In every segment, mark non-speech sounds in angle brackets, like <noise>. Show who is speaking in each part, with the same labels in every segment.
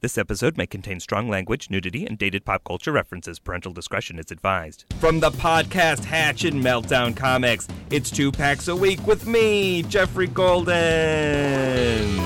Speaker 1: This episode may contain strong language, nudity, and dated pop culture references. Parental discretion is advised. From the podcast Hatch and Meltdown Comics, it's two packs a week with me, Jeffrey Golden.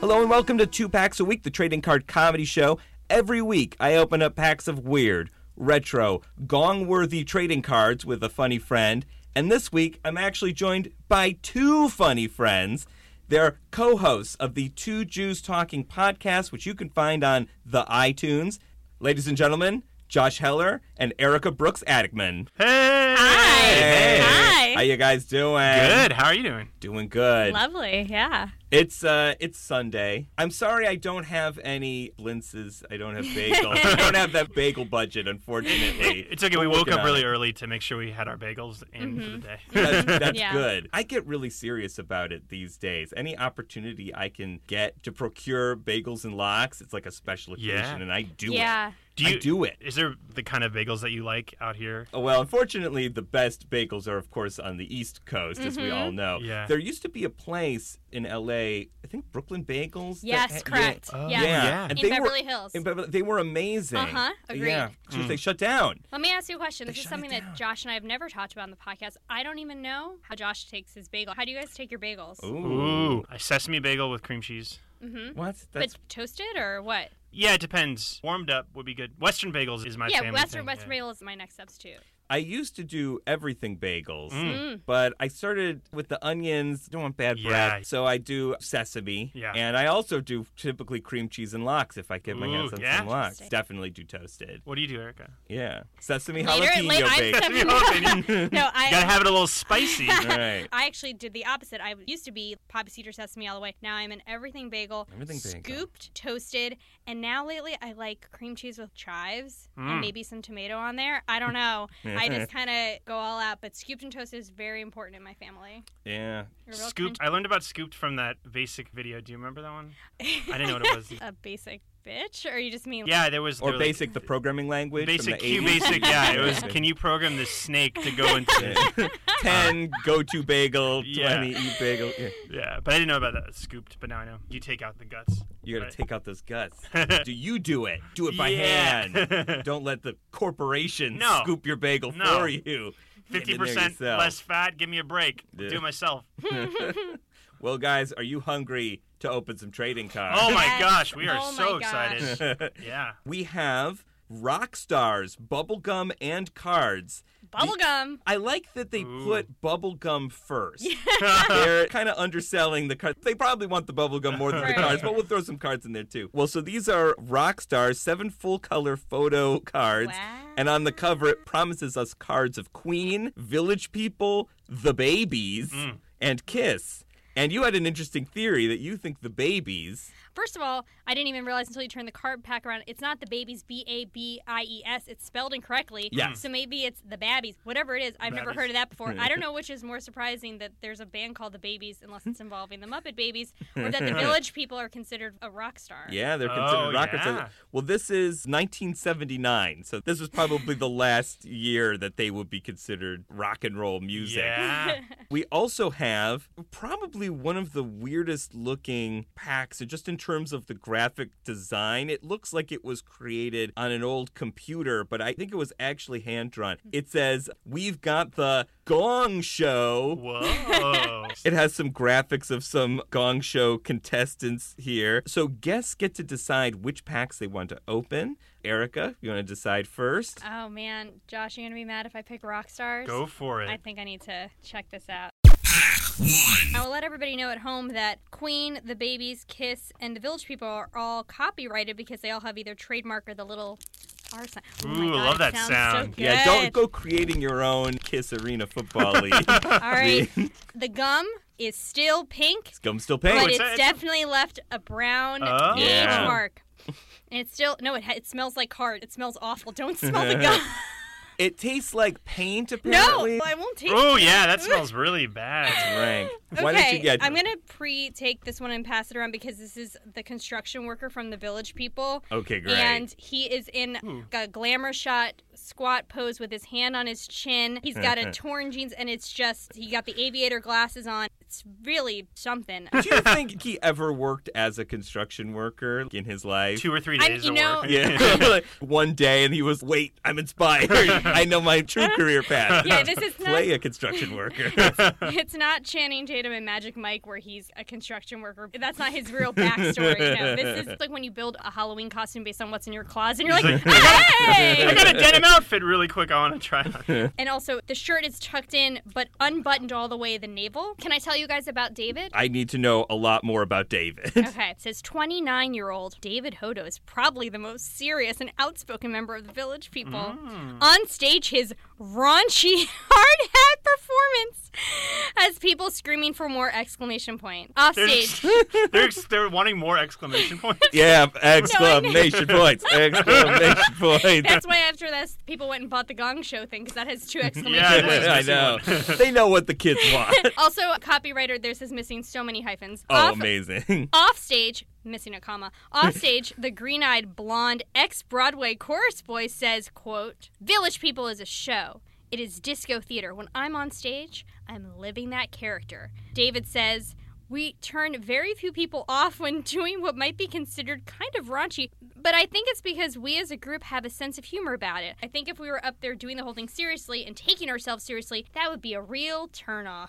Speaker 1: Hello and welcome to Two Packs a Week, the trading card comedy show. Every week, I open up packs of weird, retro, gong worthy trading cards with a funny friend. And this week, I'm actually joined by two funny friends. They're co hosts of the Two Jews Talking podcast, which you can find on the iTunes. Ladies and gentlemen, Josh Heller and Erica Brooks Attickman.
Speaker 2: Hi.
Speaker 1: Hey.
Speaker 2: Hi.
Speaker 1: How you guys doing?
Speaker 3: Good. How are you doing?
Speaker 1: Doing good.
Speaker 2: Lovely. Yeah.
Speaker 1: It's uh, it's Sunday. I'm sorry I don't have any blintzes. I don't have bagels. I don't have that bagel budget, unfortunately.
Speaker 3: <laughs> It's okay. We woke
Speaker 1: Working
Speaker 3: up
Speaker 1: on
Speaker 3: really
Speaker 1: it.
Speaker 3: early to make sure we had our bagels in for the
Speaker 2: Mm-hmm.
Speaker 3: day.
Speaker 1: That's, that's
Speaker 2: Yeah.
Speaker 1: good. I get really serious about it these days. Any opportunity I can get to procure bagels and locks, it's like a special occasion,
Speaker 3: Yeah.
Speaker 1: and I do it.
Speaker 2: yeah.
Speaker 3: do
Speaker 1: I
Speaker 3: you
Speaker 1: do it.
Speaker 3: Is there the kind of bagels that you like out here?
Speaker 1: Oh, Well, unfortunately, the best bagels are, of course, on the East Coast, as we
Speaker 2: Mm-hmm.
Speaker 1: all know.
Speaker 3: Yeah.
Speaker 1: There used to be a place in L.A. I think Brooklyn Bagels. that
Speaker 2: Yes,
Speaker 1: had-
Speaker 2: correct.
Speaker 3: Oh,
Speaker 2: yeah.
Speaker 3: yeah.
Speaker 1: and
Speaker 2: In
Speaker 1: they were-
Speaker 2: Beverly Hills.
Speaker 1: In Beverly- they were amazing.
Speaker 2: Uh-huh, agreed.
Speaker 1: Yeah, just
Speaker 3: Mm.
Speaker 1: they shut down.
Speaker 2: Let me ask you a question.
Speaker 1: They
Speaker 2: This is
Speaker 1: shut it
Speaker 2: something
Speaker 1: down.
Speaker 2: that Josh and I have never talked about on the podcast. I don't even know how Josh takes his bagel. How do you guys take your bagels?
Speaker 3: Ooh, a sesame bagel with cream cheese.
Speaker 2: Mm-hmm.
Speaker 1: What?
Speaker 2: But
Speaker 1: That's
Speaker 2: toasted or what?
Speaker 3: Yeah, it depends. Warmed up would be good. Western bagels is my
Speaker 2: yeah,
Speaker 3: family
Speaker 2: Western
Speaker 3: thing,
Speaker 2: Western
Speaker 3: yeah.
Speaker 2: bagel is my next substitute.
Speaker 1: I used to do everything bagels,
Speaker 2: Mm.
Speaker 1: but I started with the onions. Don't want bad
Speaker 3: Yeah.
Speaker 1: breath, so I do sesame.
Speaker 3: Yeah.
Speaker 1: And I also do typically cream cheese and lox if I get my
Speaker 3: Ooh,
Speaker 1: hands on
Speaker 3: yeah.
Speaker 1: some lox.
Speaker 2: Interesting.
Speaker 1: Definitely do toasted.
Speaker 3: What do you do, Erica?
Speaker 1: Yeah, sesame
Speaker 2: Later,
Speaker 1: jalapeno
Speaker 2: later, I'm <laughs>
Speaker 1: bagel. <laughs>
Speaker 2: stepping
Speaker 3: Jalapeno.
Speaker 2: <laughs> No, I.
Speaker 3: You gotta have it a little spicy. <laughs>
Speaker 1: All right.
Speaker 2: I actually did the opposite. I used to be poppy cedar sesame all the way. Now I'm an everything bagel,
Speaker 1: Everything bagel.
Speaker 2: scooped, toasted, and now lately I like cream cheese with chives
Speaker 3: Mm.
Speaker 2: and maybe some tomato on there. I don't know. <laughs>
Speaker 3: <laughs>
Speaker 2: I just kind of go all out, but scooped and toasted is very important in my family.
Speaker 1: <laughs> yeah.
Speaker 2: A real
Speaker 3: Scooped.
Speaker 2: <laughs>
Speaker 3: I learned about scooped from that basic video. Do you remember that one?
Speaker 2: cream-
Speaker 3: I didn't know what it was.
Speaker 2: <laughs> a basic bitch, or you just mean
Speaker 3: Yeah, there was.
Speaker 1: Or
Speaker 3: there were, like,
Speaker 1: basic, the programming language. from
Speaker 3: Basic
Speaker 1: the
Speaker 3: Q
Speaker 1: 80s.
Speaker 3: basic, yeah. It was.
Speaker 1: <laughs>
Speaker 3: Can you program this snake to go into this?
Speaker 1: Yeah. <laughs> Ten go to bagel,
Speaker 3: Yeah.
Speaker 1: twenty eat bagel. Yeah.
Speaker 3: Yeah, but I didn't know about that scooped. But now I know. You take out the guts.
Speaker 1: You gotta
Speaker 3: Right.
Speaker 1: take out those
Speaker 3: <laughs>
Speaker 1: guts. do you do it? Do it by
Speaker 3: Yeah. <laughs>
Speaker 1: hand. Don't let the corporation
Speaker 3: No.
Speaker 1: scoop your bagel
Speaker 3: No.
Speaker 1: for you. Get
Speaker 3: Fifty
Speaker 1: in there
Speaker 3: percent
Speaker 1: yourself.
Speaker 3: less fat. Give me a break. I'll
Speaker 1: Yeah.
Speaker 3: Do
Speaker 1: <laughs>
Speaker 3: it myself.
Speaker 1: Well, guys, are you hungry to open some trading cards?
Speaker 3: Oh my
Speaker 2: Yes.
Speaker 3: gosh, we are
Speaker 2: Oh my
Speaker 3: so
Speaker 2: gosh.
Speaker 3: excited. <laughs> Yeah.
Speaker 1: <laughs> we have rock stars, bubblegum, and cards.
Speaker 2: bubblegum.
Speaker 1: I like that they
Speaker 3: Ooh.
Speaker 1: put bubblegum first. <laughs> They're kind of underselling the cards. They probably want the bubblegum more than
Speaker 2: Right.
Speaker 1: the cards, but we'll throw some cards in there too. Well, so these are rock stars, seven full color photo cards.
Speaker 2: Wow.
Speaker 1: And on the cover, it promises us cards of Queen, Village People, The Babies,
Speaker 3: Mm.
Speaker 1: and Kiss. And you had an interesting theory that you think the babies.
Speaker 2: First of all, I didn't even realize until you turned the card pack around. It's not the babies, B A B I E S. It's spelled incorrectly.
Speaker 1: Yeah.
Speaker 2: So maybe it's the babbies. Whatever it is, I've never
Speaker 3: Babbies.
Speaker 2: heard of that before.
Speaker 3: <laughs>
Speaker 2: I don't know which is more surprising that there's a band called the Babies, unless it's involving the Muppet Babies,
Speaker 3: <laughs>
Speaker 2: or that the Village People are considered a rock star.
Speaker 1: Yeah, they're
Speaker 3: Oh,
Speaker 1: considered rock stars.
Speaker 3: yeah.
Speaker 1: Well, this is 1979, so this was probably the last year that they would be considered rock and roll music.
Speaker 2: <laughs>
Speaker 3: Yeah.
Speaker 1: We also have probably one of the weirdest looking packs, just in terms of the graphic design. It looks like it was created on an old computer, but I think it was actually hand drawn. It says, We've got the Gong Show.
Speaker 3: Whoa.
Speaker 1: It has some graphics of some Gong Show contestants here. So guests get to decide which packs they want to open. Erica, you want to decide first?
Speaker 2: Oh man, Josh, you're gonna be mad if I pick rock stars.
Speaker 3: Go for
Speaker 2: I
Speaker 3: it.
Speaker 2: think I need to check this out. I will let everybody know at home that Queen, The Babies, Kiss, and The Village People are all copyrighted because they all have either trademark or the little R sign. Oh my
Speaker 3: Ooh,
Speaker 2: God,
Speaker 3: love
Speaker 2: it
Speaker 3: that
Speaker 2: sounds
Speaker 3: sound.
Speaker 2: So
Speaker 1: Yeah, don't
Speaker 2: good.
Speaker 1: go creating your own Kiss Arena Football League.
Speaker 2: <laughs> All
Speaker 3: <laughs>
Speaker 2: right, the gum is still pink,
Speaker 1: Gum still pink.
Speaker 2: but
Speaker 3: it's
Speaker 2: it's,
Speaker 3: a- it's a-
Speaker 2: definitely left a brown
Speaker 3: Oh.
Speaker 2: age
Speaker 1: Yeah.
Speaker 3: <laughs>
Speaker 2: mark. And it's still no, it, ha- it smells like heart. It smells awful. Don't smell the gum.
Speaker 1: It tastes like paint,
Speaker 2: <laughs> No,
Speaker 1: apparently.
Speaker 2: I won't taste
Speaker 3: Oh yeah, that smells really bad.
Speaker 1: Rank.
Speaker 2: Okay,
Speaker 1: Why don't you get?
Speaker 2: I'm gonna pre-take this one and pass it around because this is the construction worker from the Village People.
Speaker 1: Okay, great. Hmm.
Speaker 2: And he is in a glamour shot squat pose with his hand on his chin. He's
Speaker 1: <laughs>
Speaker 2: got a torn jeans, and it's just he got the aviator glasses on. It's really something.
Speaker 1: <laughs> Do you think he ever worked as a construction worker in his life?
Speaker 3: Two or three
Speaker 2: I'm-
Speaker 3: days
Speaker 2: you
Speaker 3: of
Speaker 2: know-
Speaker 3: work.
Speaker 1: <laughs> Yeah. One day, and he was, wait, I'm inspired. I know my true career path.
Speaker 2: <laughs> Yeah, this is
Speaker 1: <laughs>
Speaker 2: not-
Speaker 1: Play a construction
Speaker 2: <laughs>
Speaker 1: worker.
Speaker 2: it's not Channing Tatum and Magic Mike where he's a construction worker. That's not his real backstory. You know,
Speaker 1: <laughs>
Speaker 2: this is like when you build a Halloween costume based on what's in your closet, and you're like,
Speaker 3: <laughs>
Speaker 2: hey!
Speaker 1: <laughs>
Speaker 3: I got a denim outfit really quick. I want to try on.
Speaker 2: And also, the shirt is tucked in but unbuttoned all the way the navel. Can I tell you guys about David?
Speaker 1: I need to know a lot more about
Speaker 2: <laughs>
Speaker 1: David.
Speaker 2: Okay, it says 29 year old David Hodo is probably the most serious and outspoken member of the village people.
Speaker 1: Mm.
Speaker 2: On stage, his raunchy, <laughs> hard hat performance has people screaming for more! Exclamation point. Off
Speaker 3: They're,
Speaker 1: <laughs>
Speaker 2: stage.
Speaker 3: they're, they're wanting more exclamation points.
Speaker 1: <laughs> Yeah, exclamation
Speaker 2: <laughs>
Speaker 1: points. Exclamation points.
Speaker 2: That's why after this, people went and bought the gong show thing because that has two exclamation
Speaker 3: Yeah, it
Speaker 2: points.
Speaker 1: <laughs>
Speaker 3: is.
Speaker 1: I know. they know what the kids
Speaker 2: <laughs>
Speaker 1: want.
Speaker 2: Also, copywriter, there's is missing so many hyphens.
Speaker 1: Oh,
Speaker 2: Off-
Speaker 1: amazing.
Speaker 2: Off stage, missing a comma. Off stage, the green-eyed blonde ex-Broadway chorus boy says, "Quote: Village People is a show. It is disco theater. When I'm on stage, I'm living that character." David says, "We turn very few people off when <laughs> doing what might be considered kind of raunchy, but I think it's because we as a group have a sense of humor about it. I think if we were up there doing the whole thing seriously and taking ourselves seriously, that would be a real turnoff."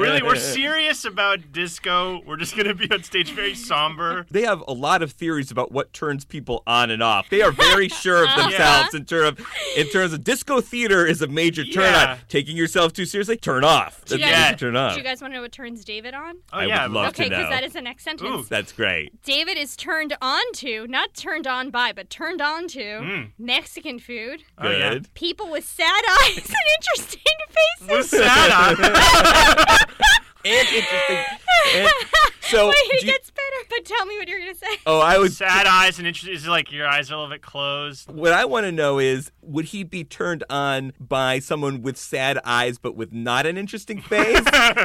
Speaker 3: really, we're serious about disco. We're just gonna be on stage very somber.
Speaker 1: They have a lot of theories about what turns people on and off. They are very sure
Speaker 3: <laughs>
Speaker 1: of themselves in terms of, in terms of disco theater is a major turn
Speaker 3: Yeah.
Speaker 1: on. Taking yourself too seriously, turn off. That's
Speaker 2: guys-
Speaker 1: major turn off.
Speaker 2: Do you guys want to know what turns David on?
Speaker 3: Oh
Speaker 1: I would
Speaker 3: yeah,
Speaker 1: love- to
Speaker 2: Okay, because
Speaker 1: know.
Speaker 2: that is the next sentence.
Speaker 1: That's great.
Speaker 2: David is turned on to, not turned on by, but turned on to
Speaker 1: Hmm.
Speaker 3: Mm.
Speaker 2: Mexican food,
Speaker 3: Oh, yeah.
Speaker 1: Good.
Speaker 2: people with sad
Speaker 1: <laughs>
Speaker 2: eyes and interesting faces.
Speaker 3: we're sad. huh?
Speaker 1: And interesting. <laughs> and- so,
Speaker 2: Wait, it
Speaker 1: oh, do you-
Speaker 2: gets better. But tell me what you're going to say.
Speaker 1: oh, I was
Speaker 3: sad eyes and interest. Is it like your eyes are a little bit closed?
Speaker 1: What I want to know is would he be turned on by someone with sad eyes but with not an interesting
Speaker 3: <laughs>
Speaker 1: face?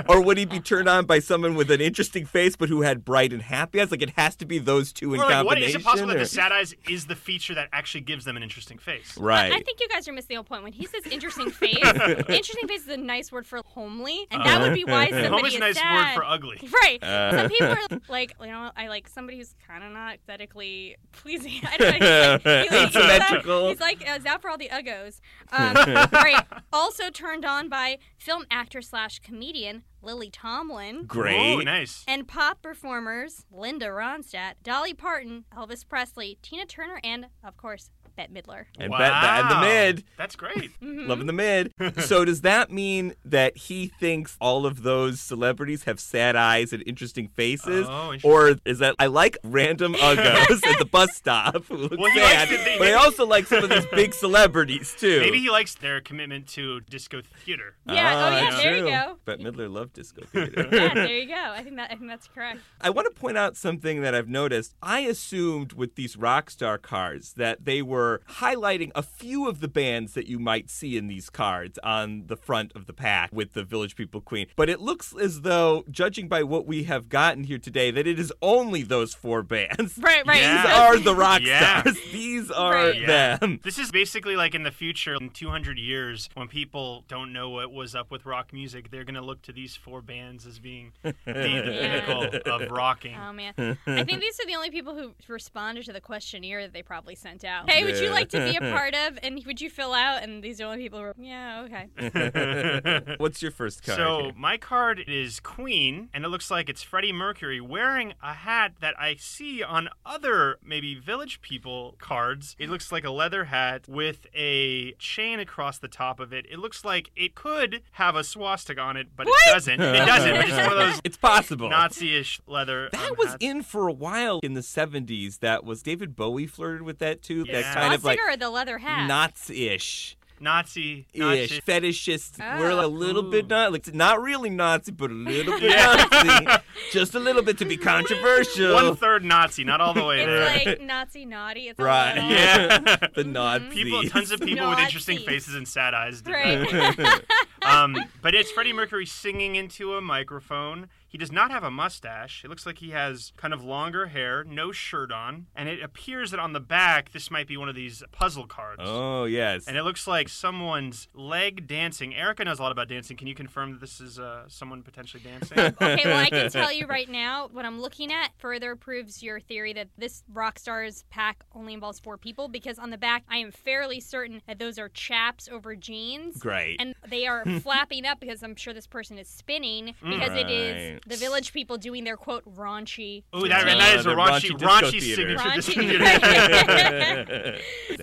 Speaker 1: or would he be turned on by someone with an interesting face but who had bright and happy eyes? Like it has to be those two in
Speaker 3: Or like, what
Speaker 1: combination.
Speaker 3: is it possible that
Speaker 1: or-
Speaker 3: the sad eyes is the feature that actually gives them an interesting face?
Speaker 1: right.
Speaker 2: I think you guys are missing the whole point. When he says
Speaker 1: <laughs>
Speaker 2: interesting face, interesting face is a nice word for homely, and that would be
Speaker 1: <laughs>
Speaker 2: why somebody
Speaker 3: Home is
Speaker 2: is
Speaker 3: a nice word
Speaker 2: sad.
Speaker 3: for ugly.
Speaker 2: Right.
Speaker 1: Uh.
Speaker 2: Some people
Speaker 1: <laughs>
Speaker 2: are like, you know, I like somebody who's kind of not aesthetically pleasing. <laughs> I don't know.
Speaker 1: <laughs>
Speaker 2: He's like, he's like,
Speaker 1: Symmetrical.
Speaker 2: He's like, uh, out for all the
Speaker 1: <laughs>
Speaker 2: uggos. Um, all right. Also turned on by film actor slash comedian Lily Tomlin.
Speaker 1: Great.
Speaker 3: Ooh, nice.
Speaker 2: And pop performers Linda Ronstadt, Dolly Parton, Elvis Presley, Tina Turner, and, of course, Bette Midler.
Speaker 1: And bet that in the
Speaker 3: Wow. Mm-hmm.
Speaker 1: mid.
Speaker 3: That's
Speaker 1: <laughs>
Speaker 3: great.
Speaker 1: Loving the
Speaker 3: <laughs>
Speaker 1: mid. so does that mean that he thinks all of those celebrities have sad eyes and interesting faces?
Speaker 3: Oh, interesting.
Speaker 1: Or is that I like random
Speaker 3: <laughs>
Speaker 1: uggos at the bus stop who look
Speaker 3: Well, he
Speaker 1: sad,
Speaker 3: likes to-
Speaker 1: but I also like some of
Speaker 3: <laughs>
Speaker 1: these big celebrities too.
Speaker 3: Maybe he likes their commitment to disco
Speaker 1: <laughs>
Speaker 3: theater.
Speaker 2: Yeah, oh,
Speaker 1: Ah,
Speaker 2: yeah, there you
Speaker 1: true.
Speaker 2: go.
Speaker 1: Bette Midler loved disco theater.
Speaker 2: Mm-hmm. Yeah, there you go. I think that I think that's
Speaker 1: <laughs>
Speaker 2: correct.
Speaker 1: I want to point out something that I've noticed. I assumed with these rock star cards that they were highlighting a few of the bands that you might see in these cards on the front of the pack with the Village People Queen. But it looks as though, judging by what we have gotten here today, that it is only those four bands.
Speaker 2: Right, right.
Speaker 1: These
Speaker 3: Yeah.
Speaker 1: are the rock
Speaker 3: Yeah.
Speaker 1: stars. These are
Speaker 2: Right.
Speaker 3: Yeah.
Speaker 1: them.
Speaker 3: This is basically like in the future, in 200 years, when people don't know what was up with rock music, they're going to look to these four bands as being the, the pinnacle
Speaker 1: <laughs>
Speaker 3: of rocking.
Speaker 2: Oh man, I think these are the only people who responded to the questionnaire that they probably sent out. Hey, would you like to be a part
Speaker 1: <laughs>
Speaker 2: of? And would you fill out? And these are the only people who were, yeah, okay.
Speaker 1: <laughs> What's your first card?
Speaker 3: So
Speaker 1: here?
Speaker 3: my card is Queen, and it looks like it's Freddie Mercury wearing a hat that I see on other maybe Village People cards. It looks like a leather hat with a chain across the top of it. It looks like it could have a swastika on it, but it doesn't. It doesn't.
Speaker 1: <laughs>
Speaker 3: It's one of those
Speaker 1: it's possible.
Speaker 3: Nazi-ish leather. um,
Speaker 1: That was
Speaker 3: hats.
Speaker 1: in for a while in the 70s. That was David Bowie flirted with that too.
Speaker 3: Yeah.
Speaker 1: That kind of like
Speaker 2: Swastika or the leather hat.
Speaker 1: Knots ish.
Speaker 3: Nazi.
Speaker 1: ish,
Speaker 3: Nazi.
Speaker 1: fetishist.
Speaker 2: Oh.
Speaker 1: We're a little bit
Speaker 4: Ooh.
Speaker 1: not like not really Nazi, but a little bit
Speaker 3: Yeah. <laughs>
Speaker 1: Nazi, just a little bit to be controversial.
Speaker 3: One third Nazi, not all the way there.
Speaker 1: <laughs>
Speaker 2: It's like Nazi naughty. It's a
Speaker 1: Right.
Speaker 2: little-
Speaker 3: <laughs> yeah.
Speaker 1: the Nazis.
Speaker 3: People, tons of people with interesting
Speaker 2: Nazis.
Speaker 3: faces and sad eyes. Did
Speaker 2: <laughs> Right.
Speaker 3: that. Um, but it's Freddie Mercury singing into a microphone. He does not have a mustache. It looks like he has kind of longer hair, no shirt on, and it appears that on the back this might be one of these puzzle cards.
Speaker 1: oh yes.
Speaker 3: And it looks like someone's leg dancing. Erica knows a lot about dancing. Can you confirm that this is uh, someone
Speaker 1: <laughs>
Speaker 3: potentially dancing?
Speaker 2: okay, well, I can tell you right now what I'm looking at further proves your theory that this rock stars pack only involves four people because on the back, I am fairly certain that those are chaps over jeans.
Speaker 1: Great.
Speaker 2: <laughs>
Speaker 3: <laughs>
Speaker 2: And they are flapping up because I'm sure this person is spinning because it is
Speaker 1: Right.
Speaker 2: the village people doing their quote raunchy.
Speaker 3: Ooh, that,
Speaker 1: Uh,
Speaker 3: that is a
Speaker 1: the raunchy
Speaker 3: raunchy,
Speaker 1: disco
Speaker 3: raunchy
Speaker 1: theater.
Speaker 3: signature.
Speaker 2: Raunchy.
Speaker 3: <laughs> disco theater.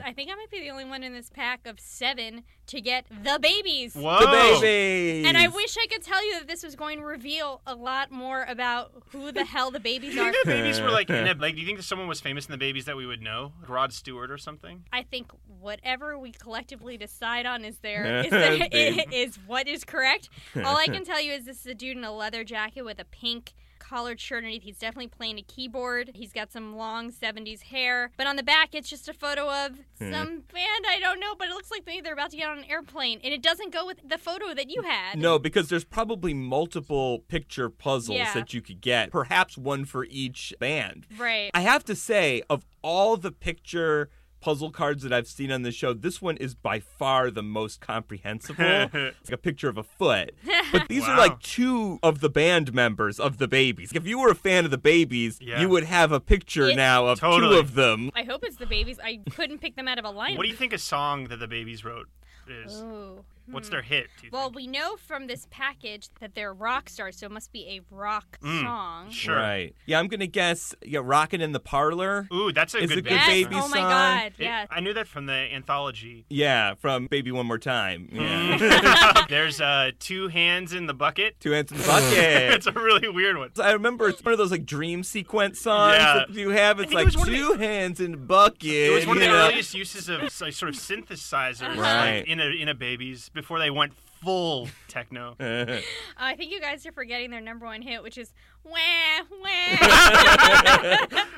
Speaker 2: I think I might be the only one in this pack of seven to get the babies.
Speaker 3: Whoa.
Speaker 1: the babies.
Speaker 2: Oh. And I wish I could tell you that this was going to reveal a lot more about who the hell the babies
Speaker 3: <laughs>
Speaker 2: are.
Speaker 3: the babies were like,
Speaker 1: <laughs>
Speaker 3: in a, like, do you think that someone was famous in the babies that we would know? Like Rod Stewart or something?
Speaker 2: I think whatever we collectively decide on is there is, the,
Speaker 1: Babe.
Speaker 2: <laughs> is what is correct. All I can tell you is this is a dude in a leather jacket with a pink collared shirt underneath. He's definitely playing a keyboard. He's got some long 70s hair. But on the back, it's just a photo of some band I don't know, but it looks like maybe they're about to get on an airplane. And it doesn't go with the photo that you had.
Speaker 1: No, because there's probably multiple picture puzzles
Speaker 2: Yeah.
Speaker 1: that you could get, perhaps one for each band.
Speaker 2: Right.
Speaker 1: I have to say, of all the picture puzzle cards that I've seen on the show, this one is by far the most comprehensible.
Speaker 3: <laughs>
Speaker 1: it's like a picture of a foot. But these are
Speaker 3: Wow.
Speaker 1: like two of the band members of the babies. If you were a fan of the babies,
Speaker 3: Yeah.
Speaker 1: you would have a picture
Speaker 2: It-
Speaker 1: now of two
Speaker 3: Totally.
Speaker 1: of them.
Speaker 2: I hope it's the babies. I couldn't pick them out of a lineup.
Speaker 3: What do you think a song that the babies wrote is?
Speaker 2: Ooh.
Speaker 3: What's their hit? Do you
Speaker 2: Oh, hmm. Well,
Speaker 3: think?
Speaker 2: we know from this package that they're rock stars, so it must be a rock
Speaker 3: Mm.
Speaker 2: song.
Speaker 3: sure.
Speaker 1: Right. Yeah, I'm going to guess yeah, Rockin' in the Parlor.
Speaker 3: Ooh, that's a
Speaker 1: Is
Speaker 3: good
Speaker 1: it good
Speaker 2: yes.
Speaker 3: band
Speaker 1: baby
Speaker 3: song.
Speaker 2: oh my
Speaker 1: song.
Speaker 2: god.
Speaker 3: It-
Speaker 2: Yes.
Speaker 3: I knew that from the
Speaker 2: <laughs>
Speaker 3: anthology. <laughs>
Speaker 1: Yeah, from Baby One More Time. Yeah.
Speaker 3: Mm. There's uh, two hands in the bucket.
Speaker 1: <laughs> Two ants in the
Speaker 3: <laughs>
Speaker 1: bucket.
Speaker 3: it's a really weird one.
Speaker 1: I remember it's one of those like dream sequence songs
Speaker 3: Yeah.
Speaker 1: that you have. It's
Speaker 3: think
Speaker 1: like
Speaker 3: it was one of
Speaker 1: two hands in a bucket.
Speaker 3: It was one of the
Speaker 1: you know?
Speaker 3: earliest uses of like, sort of synthesizers
Speaker 1: Right.
Speaker 3: like, in a in a babies before they went full techno.
Speaker 1: <laughs>
Speaker 2: I think you guys are forgetting their number one hit, which is wah
Speaker 3: <laughs>
Speaker 2: wah.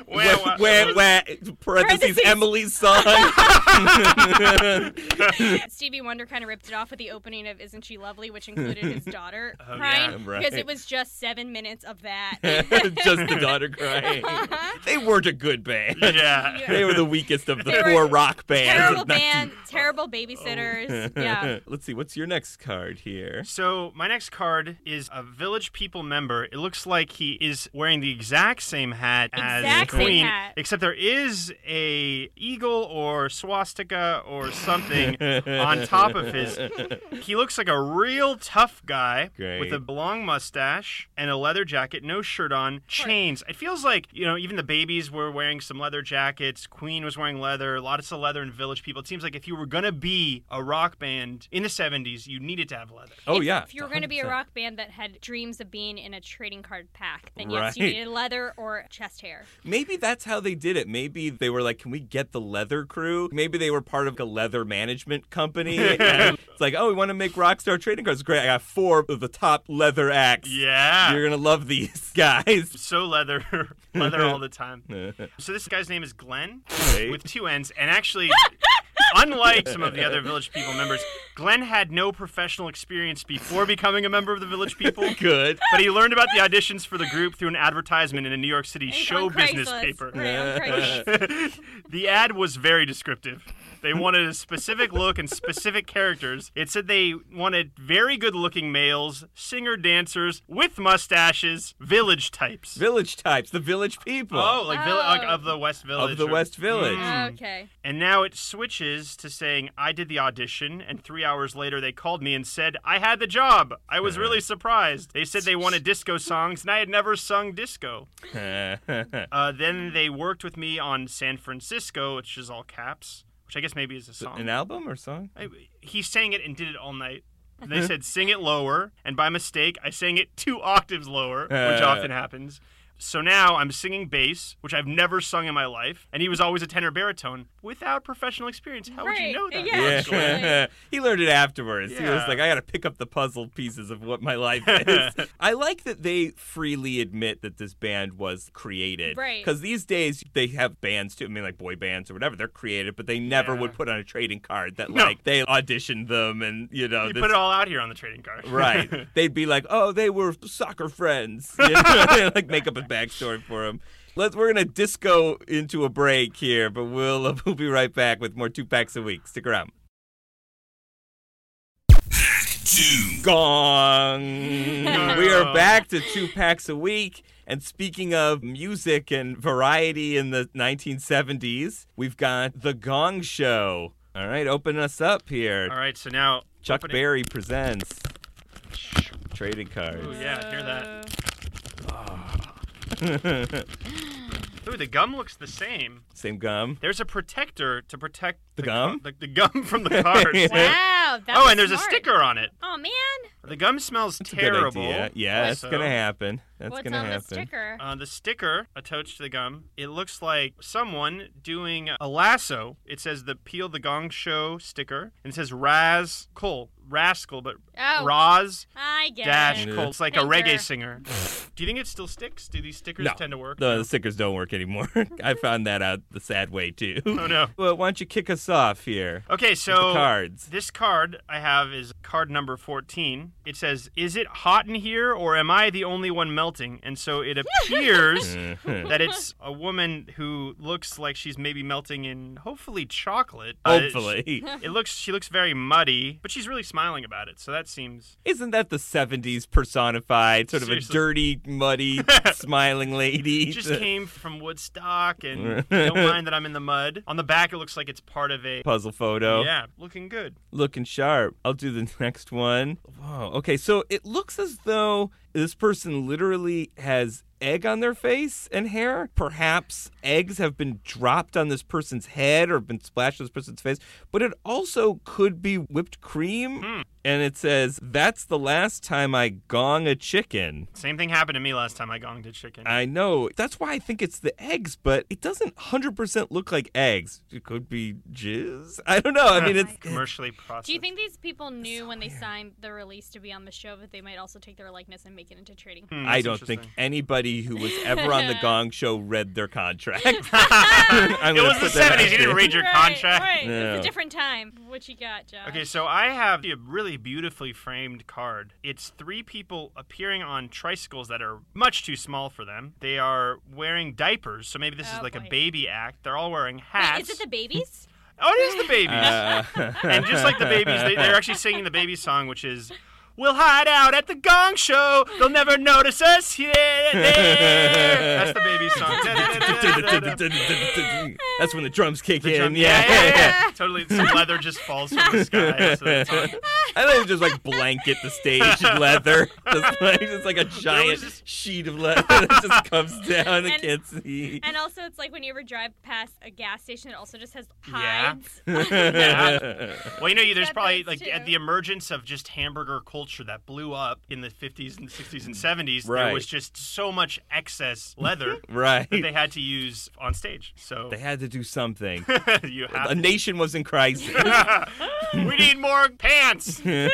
Speaker 3: Wah, wah.
Speaker 1: where, where, parentheses,
Speaker 2: Parentheses.
Speaker 1: Emily's song.
Speaker 2: Stevie Wonder kind of ripped it off with the opening of "Isn't She Lovely," which included
Speaker 3: <laughs>
Speaker 2: his daughter
Speaker 3: Oh, yeah.
Speaker 2: crying
Speaker 1: Right.
Speaker 2: because it was just seven minutes
Speaker 1: <laughs>
Speaker 2: of that.
Speaker 1: Just the daughter crying. They weren't a good band.
Speaker 3: Yeah.
Speaker 1: They were the weakest of the
Speaker 2: They were
Speaker 1: four rock bands. of <laughs> 19
Speaker 2: <laughs> terrible band,
Speaker 3: oh.
Speaker 2: terrible babysitters.
Speaker 3: <laughs>
Speaker 2: Yeah.
Speaker 1: Let's see, what's your next card here?
Speaker 3: So my next card is a Village People member. It looks like he is wearing the exact same hat
Speaker 2: Exact
Speaker 3: as
Speaker 2: same
Speaker 3: Queen,
Speaker 2: hat.
Speaker 3: except there is a eagle or swastika or something on top of his. He looks like a real tough guy with a
Speaker 1: Great.
Speaker 3: long mustache and a leather jacket, no shirt on, chains. It feels like you know even the babies were wearing some leather jackets. Queen was wearing leather. Lots of leather in Village People. It seems like if you were gonna be a rock band in the '70s, you needed to have leather.
Speaker 1: Oh,
Speaker 2: if,
Speaker 1: yeah.
Speaker 2: If you were going to be a
Speaker 1: 100%.
Speaker 2: rock band that had dreams of being in a trading card pack, then yes, you
Speaker 1: Right.
Speaker 2: needed leather or chest hair.
Speaker 1: Maybe that's how they did it. Maybe they were like, can we get the leather crew? Maybe they were part of a leather management
Speaker 3: <laughs>
Speaker 1: company. And it's like, oh, we want to make Rockstar trading cards. Great, I got four of the top leather acts.
Speaker 3: Yeah.
Speaker 1: You're going to love these <laughs> guys.
Speaker 3: <laughs> so leather, <laughs> leather all
Speaker 1: <laughs>
Speaker 3: the time. So this guy's name is Glenn
Speaker 1: Right.
Speaker 3: with two N's, and actually, unlike some of the other Village People members, Glenn had no professional experience before becoming a member of the Village People.
Speaker 1: <laughs> Good.
Speaker 3: But he learned about the auditions for the group through an advertisement in a New York City
Speaker 2: It's
Speaker 3: show
Speaker 2: on
Speaker 3: business
Speaker 2: Craigslist.
Speaker 3: paper.
Speaker 2: Right,
Speaker 1: <laughs>
Speaker 2: on Craigslist.
Speaker 3: <laughs> the ad was very descriptive. They wanted a specific look and specific characters. It said they wanted very good looking males, singer dancers with mustaches, village types.
Speaker 1: Village types, the village people <laughs>
Speaker 3: Oh, like, vill-
Speaker 2: Oh.
Speaker 3: like of the West Village.
Speaker 1: of the
Speaker 3: or- Mm.
Speaker 1: West Village.
Speaker 2: Ah, Okay.
Speaker 3: And now it switches to saying, I did the audition, and three hours later they called me and said, I had the job. I was really surprised. They said they wanted disco songs, and I had never sung disco. Uh, then they worked with me on San Francisco, which is all caps, which I guess maybe is a song.
Speaker 1: An album or song?
Speaker 3: I, he sang it and did it all night.
Speaker 1: <laughs>
Speaker 3: And They said sing it lower, and by mistake, I sang it two octaves lower, which
Speaker 1: Uh.
Speaker 3: often happens. So now I'm singing bass, which I've never sung in my life, and he was always a tenor baritone without professional experience. How would you
Speaker 2: Right.
Speaker 3: know that?
Speaker 2: Yeah,
Speaker 3: Mark Gold?
Speaker 2: sure. Absolutely.
Speaker 1: <laughs> he learned it afterwards. He was
Speaker 3: Yeah.
Speaker 1: like, I got to pick up the puzzle pieces of what my life
Speaker 3: <laughs>
Speaker 1: is. I like that they freely admit that this band was created.
Speaker 2: Right.
Speaker 1: Because these days they have bands too. I mean, like boy bands or whatever. They're created, but they never
Speaker 3: Yeah.
Speaker 1: would put on a trading card that
Speaker 3: No.
Speaker 1: like they auditioned them and you know.
Speaker 3: You
Speaker 1: this-
Speaker 3: put it all out here on the trading card.
Speaker 1: Right. They'd be like, oh, they were soccer friends. <laughs> You know? like, make up a backstory for them. Let's, we're going to disco into a break here, but we'll, <laughs> uh, we'll be right back with more two packs a week. Stick around. Gong. we are back to two packs a week. And speaking of music and variety in the 1970s, we've got The Gong Show. All right, open us up here.
Speaker 3: <laughs> all right, so now
Speaker 1: Chuck
Speaker 3: opening-
Speaker 1: Berry presents Trading Cards.
Speaker 3: Ooh, yeah, hear
Speaker 2: Uh,
Speaker 3: that. Ooh, the gum looks the same.
Speaker 1: <laughs> Same gum.
Speaker 3: There's a protector to protect
Speaker 1: The gum?
Speaker 3: the, the gum <laughs> from
Speaker 1: <laughs>
Speaker 3: the card.
Speaker 1: Yeah.
Speaker 2: Wow. That
Speaker 3: Oh,
Speaker 2: was
Speaker 3: and there's
Speaker 2: smart.
Speaker 3: a sticker on it.
Speaker 2: Oh man,
Speaker 3: The gum smells
Speaker 1: It's a good
Speaker 3: terrible.
Speaker 1: idea. Yeah, that's
Speaker 3: So,
Speaker 1: gonna happen. That's
Speaker 2: what's on
Speaker 1: gonna
Speaker 2: the
Speaker 1: happen.
Speaker 2: sticker?
Speaker 3: Uh, the sticker attached to the gum, it looks like someone doing a lasso. It says the Peel the Gong Show sticker, and it says Raz Cole. Rascal, but
Speaker 2: Oh.
Speaker 3: Raz
Speaker 2: I get
Speaker 3: Dash
Speaker 2: it.
Speaker 1: Yeah.
Speaker 3: Cole. It's like a
Speaker 2: Thank her.
Speaker 1: <laughs>
Speaker 3: reggae singer. Do you think it still sticks? Do these stickers
Speaker 1: No.
Speaker 3: tend to work?
Speaker 1: The, the stickers don't work anymore. <laughs> I found that out the sad way too.
Speaker 3: Oh, no.
Speaker 1: <laughs>
Speaker 3: Oh.
Speaker 1: Well, why don't you kick us off here?
Speaker 3: Okay, so <laughs>
Speaker 1: cards.
Speaker 3: this card I have is card number 14. It says, Is it hot in here or am I the only one melting? And so
Speaker 2: <laughs>
Speaker 3: it appears
Speaker 1: Mhm.
Speaker 3: that it's a woman who looks like she's maybe melting in hopefully chocolate. Uh,
Speaker 1: Hopefully,
Speaker 2: <laughs>
Speaker 3: she- it looks she looks very muddy, but she's really smiling about it. So that seems
Speaker 1: isn't that the '70s personified, sort of a
Speaker 3: Seriously.
Speaker 1: dirty,
Speaker 3: <laughs>
Speaker 1: muddy, smiling lady?
Speaker 3: it just came from Woodstock and don't mind that I'm in the mud. On the back it looks like it's part of a
Speaker 1: Puzzle photo.
Speaker 3: Yeah, looking good.
Speaker 1: looking sharp. I'll do the <laughs> next one. Wow. Okay, so it looks as though this person literally has egg on their face and hair. Perhaps eggs have been dropped on this person's head or been splashed on this person's face, but it also could be whipped cream. And it says, That's the last time I gong a chicken.
Speaker 3: Same thing happened to me last time I gonged a chicken.
Speaker 1: I know. That's why I think it's the eggs, but it doesn't 100% look like eggs. It could be jizz. I don't know.
Speaker 3: <laughs>
Speaker 1: I mean,
Speaker 2: <laughs>
Speaker 1: it's.
Speaker 3: commercially processed.
Speaker 2: Do you think these people knew when they signed the release to be on the show that they might also take their likeness and make it into trading?
Speaker 3: Hmm,
Speaker 1: I
Speaker 3: that's
Speaker 1: don't think
Speaker 3: interesting.
Speaker 1: anybody who was ever on
Speaker 3: <laughs>
Speaker 1: the Gong Show read their contract. <laughs> I'm
Speaker 3: It
Speaker 1: gonna
Speaker 3: was the
Speaker 1: put that out
Speaker 3: 70s. You didn't
Speaker 1: there.
Speaker 3: read your
Speaker 2: Right,
Speaker 3: contract.
Speaker 2: Right. It's
Speaker 1: No.
Speaker 2: a different time. What you got, Josh?
Speaker 3: Okay, so I have a really beautifully framed card. It's three people appearing on tricycles that are much too small for them. They are wearing diapers, so maybe this is
Speaker 2: Oh,
Speaker 3: like a
Speaker 2: boy.
Speaker 3: baby act. They're all wearing
Speaker 2: Wait,
Speaker 3: hats.
Speaker 2: is it the babies? <laughs>
Speaker 3: oh, it is the babies.
Speaker 1: <laughs> Uh,
Speaker 3: <laughs> and just like the babies, they, they're <laughs> actually singing the baby song, which is. We'll hide out at the gong show. They'll never notice us here. That's the baby <laughs>
Speaker 1: <laughs>
Speaker 3: song.
Speaker 1: That's when the drums kick
Speaker 3: The
Speaker 1: in.
Speaker 3: drum-
Speaker 1: yeah. <laughs>
Speaker 3: Totally. Some leather just falls from the sky. So that's on.
Speaker 1: I think it just like blanket the
Speaker 3: <laughs>
Speaker 1: stage in leather. Just like, just like a giant
Speaker 3: just-
Speaker 1: sheet of leather that just
Speaker 3: <laughs>
Speaker 1: comes down and,
Speaker 2: And-
Speaker 1: can't see.
Speaker 2: and also, it's like when you ever drive past a gas station, it also just has
Speaker 3: Yeah.
Speaker 1: <laughs>
Speaker 2: hides.
Speaker 3: Well, you know, you- there's
Speaker 2: That
Speaker 3: probably
Speaker 2: does,
Speaker 3: like at
Speaker 2: too.
Speaker 3: the emergence of just hamburger culture that blew up in the 50s and 60s and 70s.
Speaker 1: Right.
Speaker 3: There was just so much excess
Speaker 1: <laughs>
Speaker 3: leather
Speaker 1: <laughs> right.
Speaker 3: that they had to use on stage. So <laughs>
Speaker 1: They had to do something.
Speaker 3: you
Speaker 1: A
Speaker 3: have.
Speaker 1: nation was in crisis.
Speaker 3: <laughs>
Speaker 1: <laughs>
Speaker 3: we need more pants. <laughs>
Speaker 1: yeah,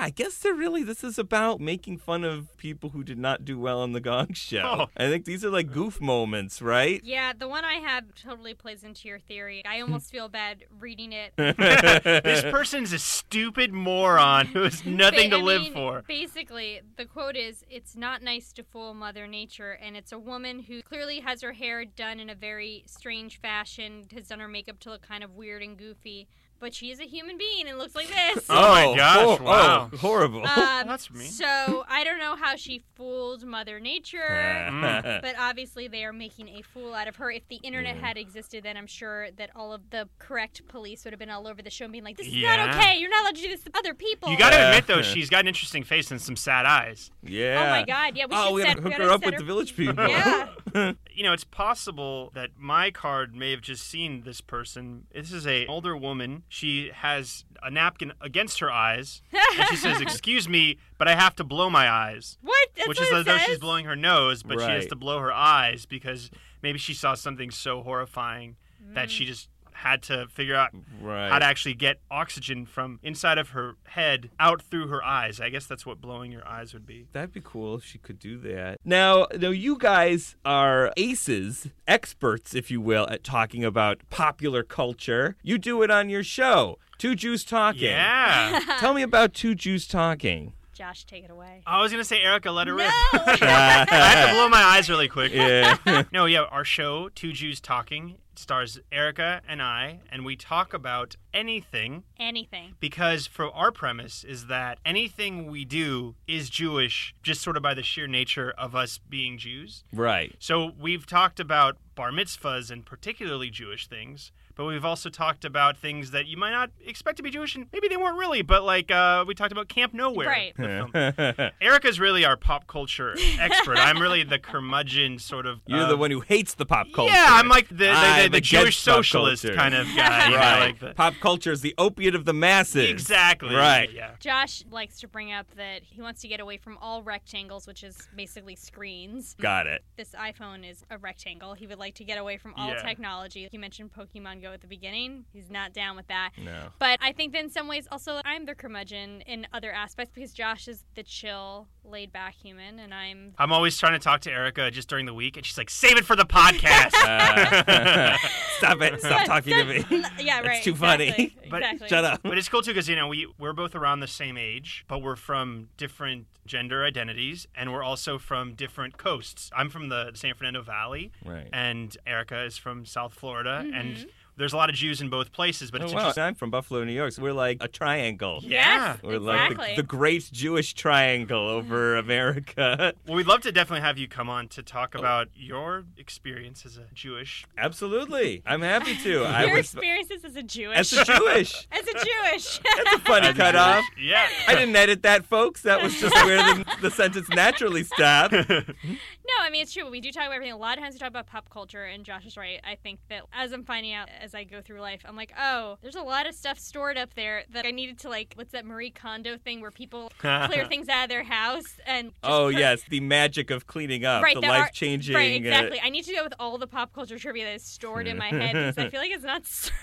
Speaker 1: I guess they're really this is about making fun of people who did not do well on the Gong Show.
Speaker 3: Oh.
Speaker 1: I think these are like goof moments, right?
Speaker 2: Yeah, the one I have totally plays into your theory. I almost feel bad reading it.
Speaker 1: <laughs>
Speaker 3: this person's a stupid moron who has nothing
Speaker 2: Ba-
Speaker 3: to
Speaker 2: I
Speaker 3: live
Speaker 2: mean,
Speaker 3: for.
Speaker 2: Basically, the quote is It's not nice to fool Mother Nature. And it's a woman who clearly has her hair done in a very strange fashion, has done her makeup to look kind of weird and goofy. But she is a human being and looks like this. <laughs>
Speaker 3: Oh my gosh,
Speaker 1: oh,
Speaker 3: wow.
Speaker 1: horrible.
Speaker 2: Um,
Speaker 3: that's mean.
Speaker 2: So I don't know how she fooled Mother
Speaker 1: <laughs>
Speaker 2: Nature.
Speaker 3: Mm.
Speaker 2: But oh obviously, they are making a fool out of her. If the internet had existed, then I'm sure that all of the correct police would have been all over the show and being like, This is not
Speaker 3: Yeah.
Speaker 2: okay. You're not allowed to do this to other people.
Speaker 3: You got to
Speaker 1: Yeah.
Speaker 3: admit, though, she's got an interesting face and some sad eyes.
Speaker 1: yeah.
Speaker 2: Oh my God! Yeah, we
Speaker 1: oh,
Speaker 2: should
Speaker 1: we
Speaker 2: set,
Speaker 1: gotta hook
Speaker 2: we
Speaker 1: her up
Speaker 2: set
Speaker 1: with the village people.
Speaker 2: <laughs>
Speaker 3: <laughs>
Speaker 2: Yeah.
Speaker 3: you know, it's possible that my card may have just seen this person. This is a older woman. She has a napkin against her eyes, and she
Speaker 2: <laughs>
Speaker 3: says, "Excuse me, but I have to blow my eyes."
Speaker 2: What? That's
Speaker 3: Which
Speaker 2: what
Speaker 3: is
Speaker 2: it
Speaker 3: as though she's
Speaker 2: says?
Speaker 3: blowing her nose, but she has
Speaker 1: Right.
Speaker 3: to blow her eyes because maybe she saw something so horrifying that
Speaker 2: Mm.
Speaker 3: she just had to figure out
Speaker 1: Right.
Speaker 3: how to actually get oxygen from inside of her head out through her eyes. I guess that's what blowing your eyes would be.
Speaker 1: That'd be cool if she could do that. Now, now you guys are aces, experts, if you will, at talking about popular culture. You do it on your show, Two Jews Talking.
Speaker 3: Yeah.
Speaker 2: <laughs>
Speaker 1: Tell me about Two Jews Talking.
Speaker 2: Josh, take
Speaker 3: <laughs>
Speaker 2: it away.
Speaker 3: I was gonna say Erica, let her
Speaker 2: No!
Speaker 3: rip.
Speaker 2: <laughs>
Speaker 3: <laughs> I have to blow my eyes really quick.
Speaker 1: Yeah.
Speaker 3: No, yeah, our show, Two Jews Talking, stars Erica and I, and we talk about anything
Speaker 2: Anything.
Speaker 3: because for our premise is that anything we do is Jewish just sort of by the sheer nature of us being Jews.
Speaker 1: <laughs> <laughs> right.
Speaker 3: So we've talked about bar mitzvahs and particularly Jewish things, but we've also talked about things that you might not expect to be Jewish, and maybe they weren't really. But like uh, we talked about Camp Nowhere,
Speaker 2: Right.
Speaker 3: the film. Erica's really our pop culture expert. I'm really the curmudgeon sort of.
Speaker 1: You're
Speaker 3: uh,
Speaker 1: the one who hates the pop culture.
Speaker 3: Yeah,
Speaker 1: <laughs>
Speaker 3: I'm like the, the,
Speaker 1: Um, I'm
Speaker 3: the, the
Speaker 1: against
Speaker 3: Jewish
Speaker 1: pop
Speaker 3: socialist
Speaker 1: culture.
Speaker 3: kind of guy. you know,
Speaker 1: Right.
Speaker 3: like the-
Speaker 1: Pop culture is the opiate of the masses.
Speaker 3: exactly.
Speaker 1: Right.
Speaker 3: Yeah.
Speaker 2: Josh likes to bring up that he wants to get away from all rectangles, which is basically screens.
Speaker 1: Got it.
Speaker 2: This iPhone is a rectangle. He would like to get away from all
Speaker 3: Yeah.
Speaker 2: technology. He mentioned Pokemon Go at the beginning. He's not down with that.
Speaker 1: No.
Speaker 2: But I think that in some ways, also, I'm the curmudgeon in other aspects because Josh is the chill, laid back human, and I'm.
Speaker 3: I'm always trying to talk to Erica just during the week, and she's like, "Save it for the podcast."
Speaker 1: <laughs> Uh, <laughs> stop it. Stop talking <laughs> to me.
Speaker 2: <laughs> yeah, right.
Speaker 1: too funny. <laughs>
Speaker 2: exactly,
Speaker 3: But-
Speaker 2: exactly.
Speaker 1: Shut up.
Speaker 3: But it's cool too because you know we we're both around the same age, but we're from different gender identities, and we're also from different coasts. I'm from the San Fernando Valley,
Speaker 1: Right.
Speaker 3: and Erica is from South Florida, and there's a lot of Jews in both places. But
Speaker 1: Oh,
Speaker 3: it's
Speaker 1: wow.
Speaker 3: interesting.
Speaker 1: I'm from Buffalo, New York, so we're like a triangle.
Speaker 3: Yeah.
Speaker 2: Yes,
Speaker 1: We're
Speaker 2: exactly.
Speaker 1: like the, the great Jewish triangle over America.
Speaker 3: Well, we'd love to definitely have you come on to
Speaker 1: Oh.
Speaker 3: talk about your experience as a Jewish.
Speaker 1: Absolutely. I'm happy to. I
Speaker 2: Your
Speaker 1: was
Speaker 2: experiences as a Jewish.
Speaker 1: as a <laughs> Jewish.
Speaker 2: As a Jewish.
Speaker 1: That's a funny cutoff.
Speaker 3: Yeah. <laughs>
Speaker 1: I didn't edit that, folks. That was just where the, the sentence naturally stopped.
Speaker 2: <laughs> No, I mean it's true. We do talk about everything. A lot of times we talk about pop culture, and Josh is right. I think that as I'm finding out as I go through life, I'm like, oh, there's a lot of stuff stored up there that I needed to like. What's that Marie Kondo thing
Speaker 1: <laughs>
Speaker 2: where people clear things out of their house and just
Speaker 1: Oh
Speaker 2: put-
Speaker 1: yes, the magic of cleaning up,
Speaker 2: Right,
Speaker 1: the uh,
Speaker 2: there are-
Speaker 1: life changing.
Speaker 2: Right, exactly. I need to go with all the pop culture trivia that is stored in my head
Speaker 1: <laughs>
Speaker 2: because I feel like it's not <laughs> serving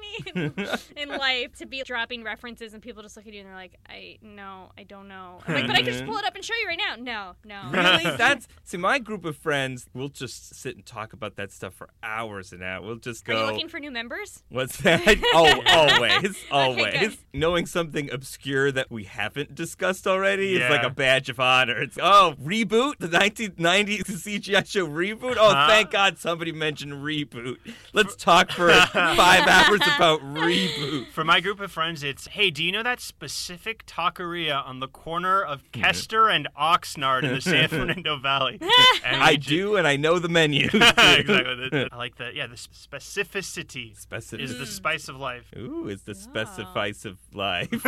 Speaker 2: me in, in life to be dropping references and people just look at you and they're like, I no, I don't know. I'm like, but I could just pull it up and show you right now. No, no.
Speaker 1: Mm-hmm. <laughs>
Speaker 2: <laughs>
Speaker 1: really? That's see, my group of friends. We'll just sit and talk about that stuff for hours and hours. We'll just
Speaker 2: Are
Speaker 1: go.
Speaker 2: you looking for new members?
Speaker 1: What's that? Oh, always, always.
Speaker 2: good.
Speaker 1: Knowing something obscure that we haven't discussed already is
Speaker 3: Yeah.
Speaker 1: like a badge of honor. It's oh, reboot the <laughs> 1990s CGI show reboot. Oh,
Speaker 3: Huh?
Speaker 1: thank God somebody mentioned reboot. Let's talk
Speaker 3: <laughs>
Speaker 1: for five hours about reboot.
Speaker 3: For my group of friends, it's hey, do you know that specific taqueria on the corner of
Speaker 1: Mm-hmm.
Speaker 3: Kester and Oxnard in
Speaker 1: <laughs>
Speaker 3: the San Fernando Valley?
Speaker 2: <laughs>
Speaker 3: And
Speaker 1: I
Speaker 3: we ju-
Speaker 1: do, <laughs> and I know the menu.
Speaker 3: <laughs> exactly. The- the- I like that. Yeah, the s- specificity
Speaker 1: Specific.
Speaker 2: Mm.
Speaker 3: is the spice of life.
Speaker 1: Ooh, is the
Speaker 2: Wow.
Speaker 1: specifice of
Speaker 3: <laughs>
Speaker 1: life.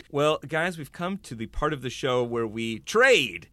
Speaker 1: <laughs> well, guys, we've come to the part of the show where we trade.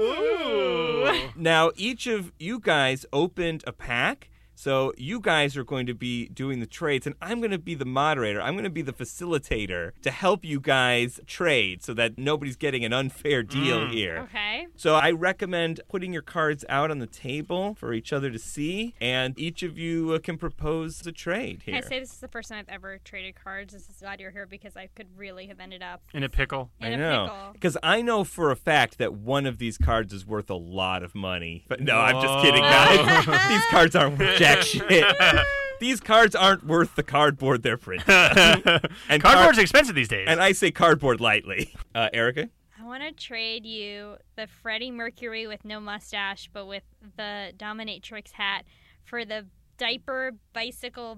Speaker 3: Ooh.
Speaker 1: Now, each of you guys opened a pack. So you guys are going to be doing the trades, and I'm going to be the moderator. I'm going to be the facilitator to help you guys trade so that nobody's getting an unfair deal here.
Speaker 2: Mm. Okay.
Speaker 1: So I recommend putting your cards out on the table for each other to see, and each of you uh, can propose a trade
Speaker 2: Can I
Speaker 1: here.
Speaker 2: say this is the first time I've ever traded cards? This is glad you're here because I could really have ended up
Speaker 3: In a pickle.
Speaker 2: in
Speaker 1: I
Speaker 2: a
Speaker 1: know,
Speaker 2: pickle.
Speaker 1: because I know for a fact that one of these cards is worth a lot of money. But no, I'm just kidding, guys.
Speaker 2: <laughs>
Speaker 1: these cards aren't worth jack shit. these cards aren't worth the cardboard they're printed. <laughs> And
Speaker 3: Cardboard's
Speaker 1: car-
Speaker 3: expensive these days.
Speaker 1: and I say cardboard lightly. Uh, Erica,
Speaker 2: I want to trade you the Freddie Mercury with no mustache, but with the dominatrix hat for the diaper bicycle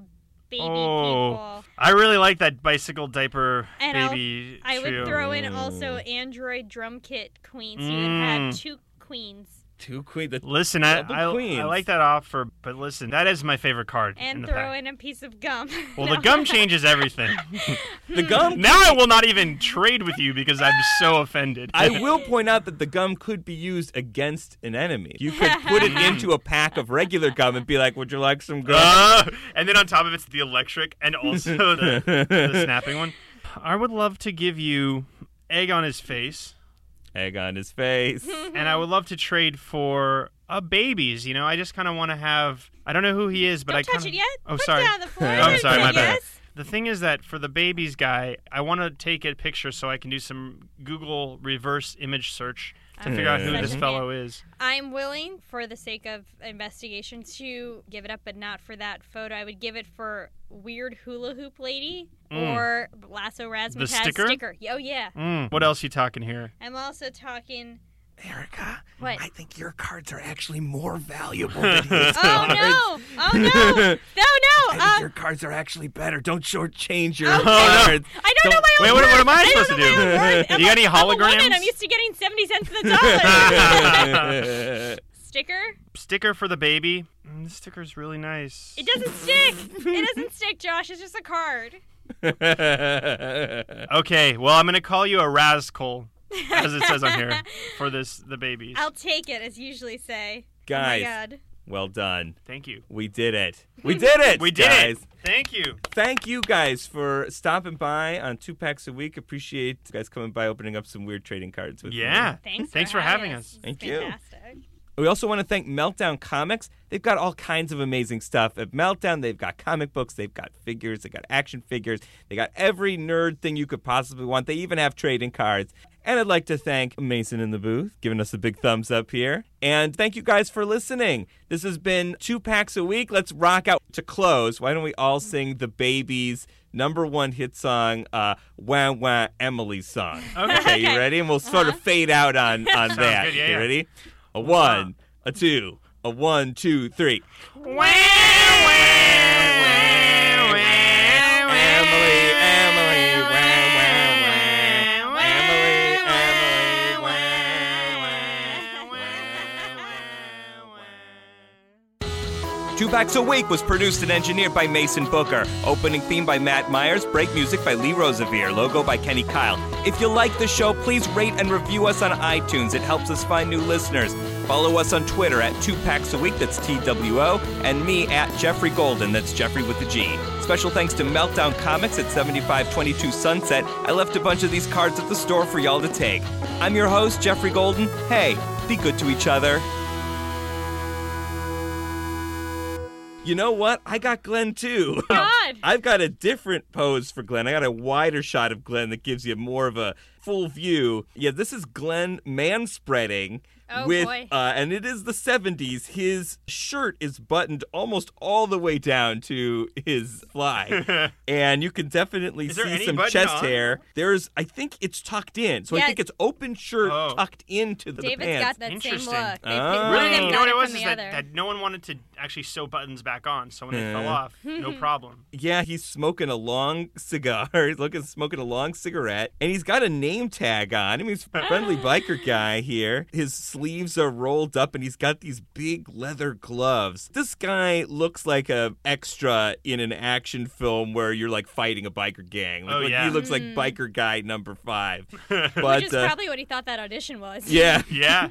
Speaker 2: baby
Speaker 3: Oh.
Speaker 2: people.
Speaker 3: I really like that bicycle diaper
Speaker 2: And I'll-
Speaker 3: baby
Speaker 2: I
Speaker 3: trio.
Speaker 2: would throw in also Android drum kit queen, so you would have
Speaker 3: Mm.
Speaker 2: two queens.
Speaker 1: Two queen. The
Speaker 3: Listen, I,
Speaker 1: Double
Speaker 3: I, I
Speaker 1: queens.
Speaker 3: like that offer, but listen, that is my favorite card. in
Speaker 2: and
Speaker 3: the
Speaker 2: throw
Speaker 3: pack.
Speaker 2: in a piece of gum.
Speaker 3: Well,
Speaker 2: No.
Speaker 3: the
Speaker 2: <laughs>
Speaker 3: gum changes everything.
Speaker 1: the <laughs> gum.
Speaker 3: now I will not even trade with you because I'm so offended. <laughs>
Speaker 1: I will point out that the gum could be used against an enemy. You could put
Speaker 2: <laughs>
Speaker 1: it into a pack of regular gum and be like, "Would you like some <laughs> gum?"
Speaker 3: Uh, and then on top of it's the electric and also
Speaker 1: Oh,
Speaker 3: the,
Speaker 1: <laughs>
Speaker 3: the snapping one. I would love to give you egg on his face,
Speaker 1: Egg on his
Speaker 2: <laughs>
Speaker 1: face.
Speaker 3: and I would love to trade for a baby's. You know, I just kind of want to have. I don't know who he is, but
Speaker 2: Don't
Speaker 3: I
Speaker 2: touch
Speaker 3: kind
Speaker 2: it yet.
Speaker 3: Oh,
Speaker 2: Put it
Speaker 3: sorry.
Speaker 2: down on the floor.
Speaker 3: I'm sorry, my
Speaker 2: Yes.
Speaker 3: bad. The thing is that for the babies guy, I want to take a picture so I can do some Google reverse image search to figure out who
Speaker 1: Such
Speaker 3: this
Speaker 2: a
Speaker 3: fellow is.
Speaker 2: I'm willing, for the sake of investigation, to give it up, but not for that photo. I would give it for weird hula hoop lady or lasso razzmatazz
Speaker 3: Mm. sticker?
Speaker 2: Oh yeah.
Speaker 3: Mm, What else you talking here?
Speaker 2: I'm also talking.
Speaker 1: Erica,
Speaker 2: What?
Speaker 1: I think your cards are actually more valuable <laughs> than his
Speaker 2: Oh
Speaker 1: cards.
Speaker 2: no! Oh
Speaker 1: <laughs>
Speaker 2: no!
Speaker 3: <laughs>
Speaker 2: No no!
Speaker 1: I think
Speaker 2: Uh,
Speaker 1: your cards are actually better. Don't shortchange your <laughs>
Speaker 3: no.
Speaker 1: cards.
Speaker 2: I don't know my own
Speaker 3: Wait, what, what am I
Speaker 2: I
Speaker 3: supposed
Speaker 2: don't
Speaker 3: to
Speaker 2: know my
Speaker 3: <laughs>
Speaker 2: own words.
Speaker 3: do?
Speaker 2: I'm
Speaker 3: You got any
Speaker 2: a- I'm a woman. I'm
Speaker 3: holograms?
Speaker 2: used to getting seventy cents to the
Speaker 3: <laughs>
Speaker 2: dollar. Sticker?
Speaker 3: Sticker for the baby. Mm, this sticker's really nice.
Speaker 2: It doesn't stick. It doesn't stick, Josh. It's just a card.
Speaker 3: Okay, well I'm gonna call you a rascal, as it says on
Speaker 2: <laughs>
Speaker 3: here, for this the babies.
Speaker 2: I'll take it, as you usually say.
Speaker 1: Guys.
Speaker 2: Oh my god.
Speaker 1: well done.
Speaker 3: Thank you.
Speaker 1: We did it. We did it.
Speaker 3: We did
Speaker 1: guys.
Speaker 3: it. Thank you.
Speaker 1: Thank you guys for stopping by on two packs a week. Appreciate you guys coming by, opening up some weird trading cards with me.
Speaker 3: Yeah.
Speaker 2: Thanks.
Speaker 3: Thanks for having us.
Speaker 2: This is
Speaker 1: Thank you.
Speaker 2: fantastic.
Speaker 1: We also want to thank Meltdown Comics. They've got all kinds of amazing stuff at Meltdown. They've got comic books, they've got figures, they've got action figures, they got every nerd thing you could possibly want. They even have trading cards. And I'd like to thank Mason in the booth, giving us a big thumbs up here. And thank you guys for listening. This has been two packs a week. Let's rock out to close. Why don't we all sing the baby's number one hit song, uh, Wah Wah Emily song?
Speaker 3: Okay.
Speaker 1: you ready? And we'll sort of fade out on, on that.
Speaker 3: good, yeah,
Speaker 1: you
Speaker 3: yeah.
Speaker 1: ready? A one, a two, a one, two, three. Emily, Emily, wah, wah, wah. Emily, Emily, wah, wah. Two Backs a Week was produced and engineered by Mason Booker. Opening theme by Matt Myers, break music by Lee Rosevere, logo by Kenny Kyle. If you like the show, please rate and review us on iTunes. It helps us find new listeners. Follow us on Twitter at Two Packs a Week, that's TWO, and me at Jeffrey Golden, that's Jeffrey with the G. Special thanks to Meltdown Comics at 7522 Sunset. I left a bunch of these cards at the store for y'all to take. I'm your host, Jeffrey Golden. Hey, be good to each other. You know what? I got Glenn too.
Speaker 2: <laughs> God.
Speaker 1: I've got a different pose for Glenn. I got a wider shot of Glenn that gives you more of a full view. Yeah, this is Glenn manspreading
Speaker 2: Oh,
Speaker 1: with
Speaker 2: boy.
Speaker 1: uh and it is the 70s. His shirt is buttoned almost all the way down to his fly.
Speaker 3: <laughs>
Speaker 1: and you can definitely
Speaker 3: Is there
Speaker 1: see
Speaker 3: any
Speaker 1: some
Speaker 3: button
Speaker 1: chest
Speaker 3: on?
Speaker 1: hair. There's I think it's tucked in. So I
Speaker 2: Yeah.
Speaker 1: think it's open shirt
Speaker 3: Oh.
Speaker 1: tucked into the, the
Speaker 2: David's
Speaker 1: pants.
Speaker 2: got that same
Speaker 3: Interesting.
Speaker 2: look. They
Speaker 1: Oh.
Speaker 2: picked one
Speaker 3: Really,
Speaker 2: of them
Speaker 3: you know
Speaker 2: got
Speaker 3: what it
Speaker 2: it from
Speaker 3: was
Speaker 2: the
Speaker 3: is that,
Speaker 2: other.
Speaker 3: that no one wanted to actually sew buttons back on, so when they fell off,
Speaker 2: Mm-hmm.
Speaker 3: no problem. <laughs>
Speaker 1: Yeah, he's smoking a long cigar. <laughs> He's looking smoking a long cigarette, and he's got a name tag on him. He's a friendly biker guy here. His sleeves are rolled up, and he's got these big leather gloves. This guy looks like a extra in an action film where you're like fighting a biker gang. Like,
Speaker 3: Oh,
Speaker 1: like,
Speaker 3: yeah.
Speaker 1: he looks like biker guy number five. But
Speaker 2: Which is
Speaker 1: uh,
Speaker 2: probably what he thought that audition was.
Speaker 1: yeah.
Speaker 3: Yeah.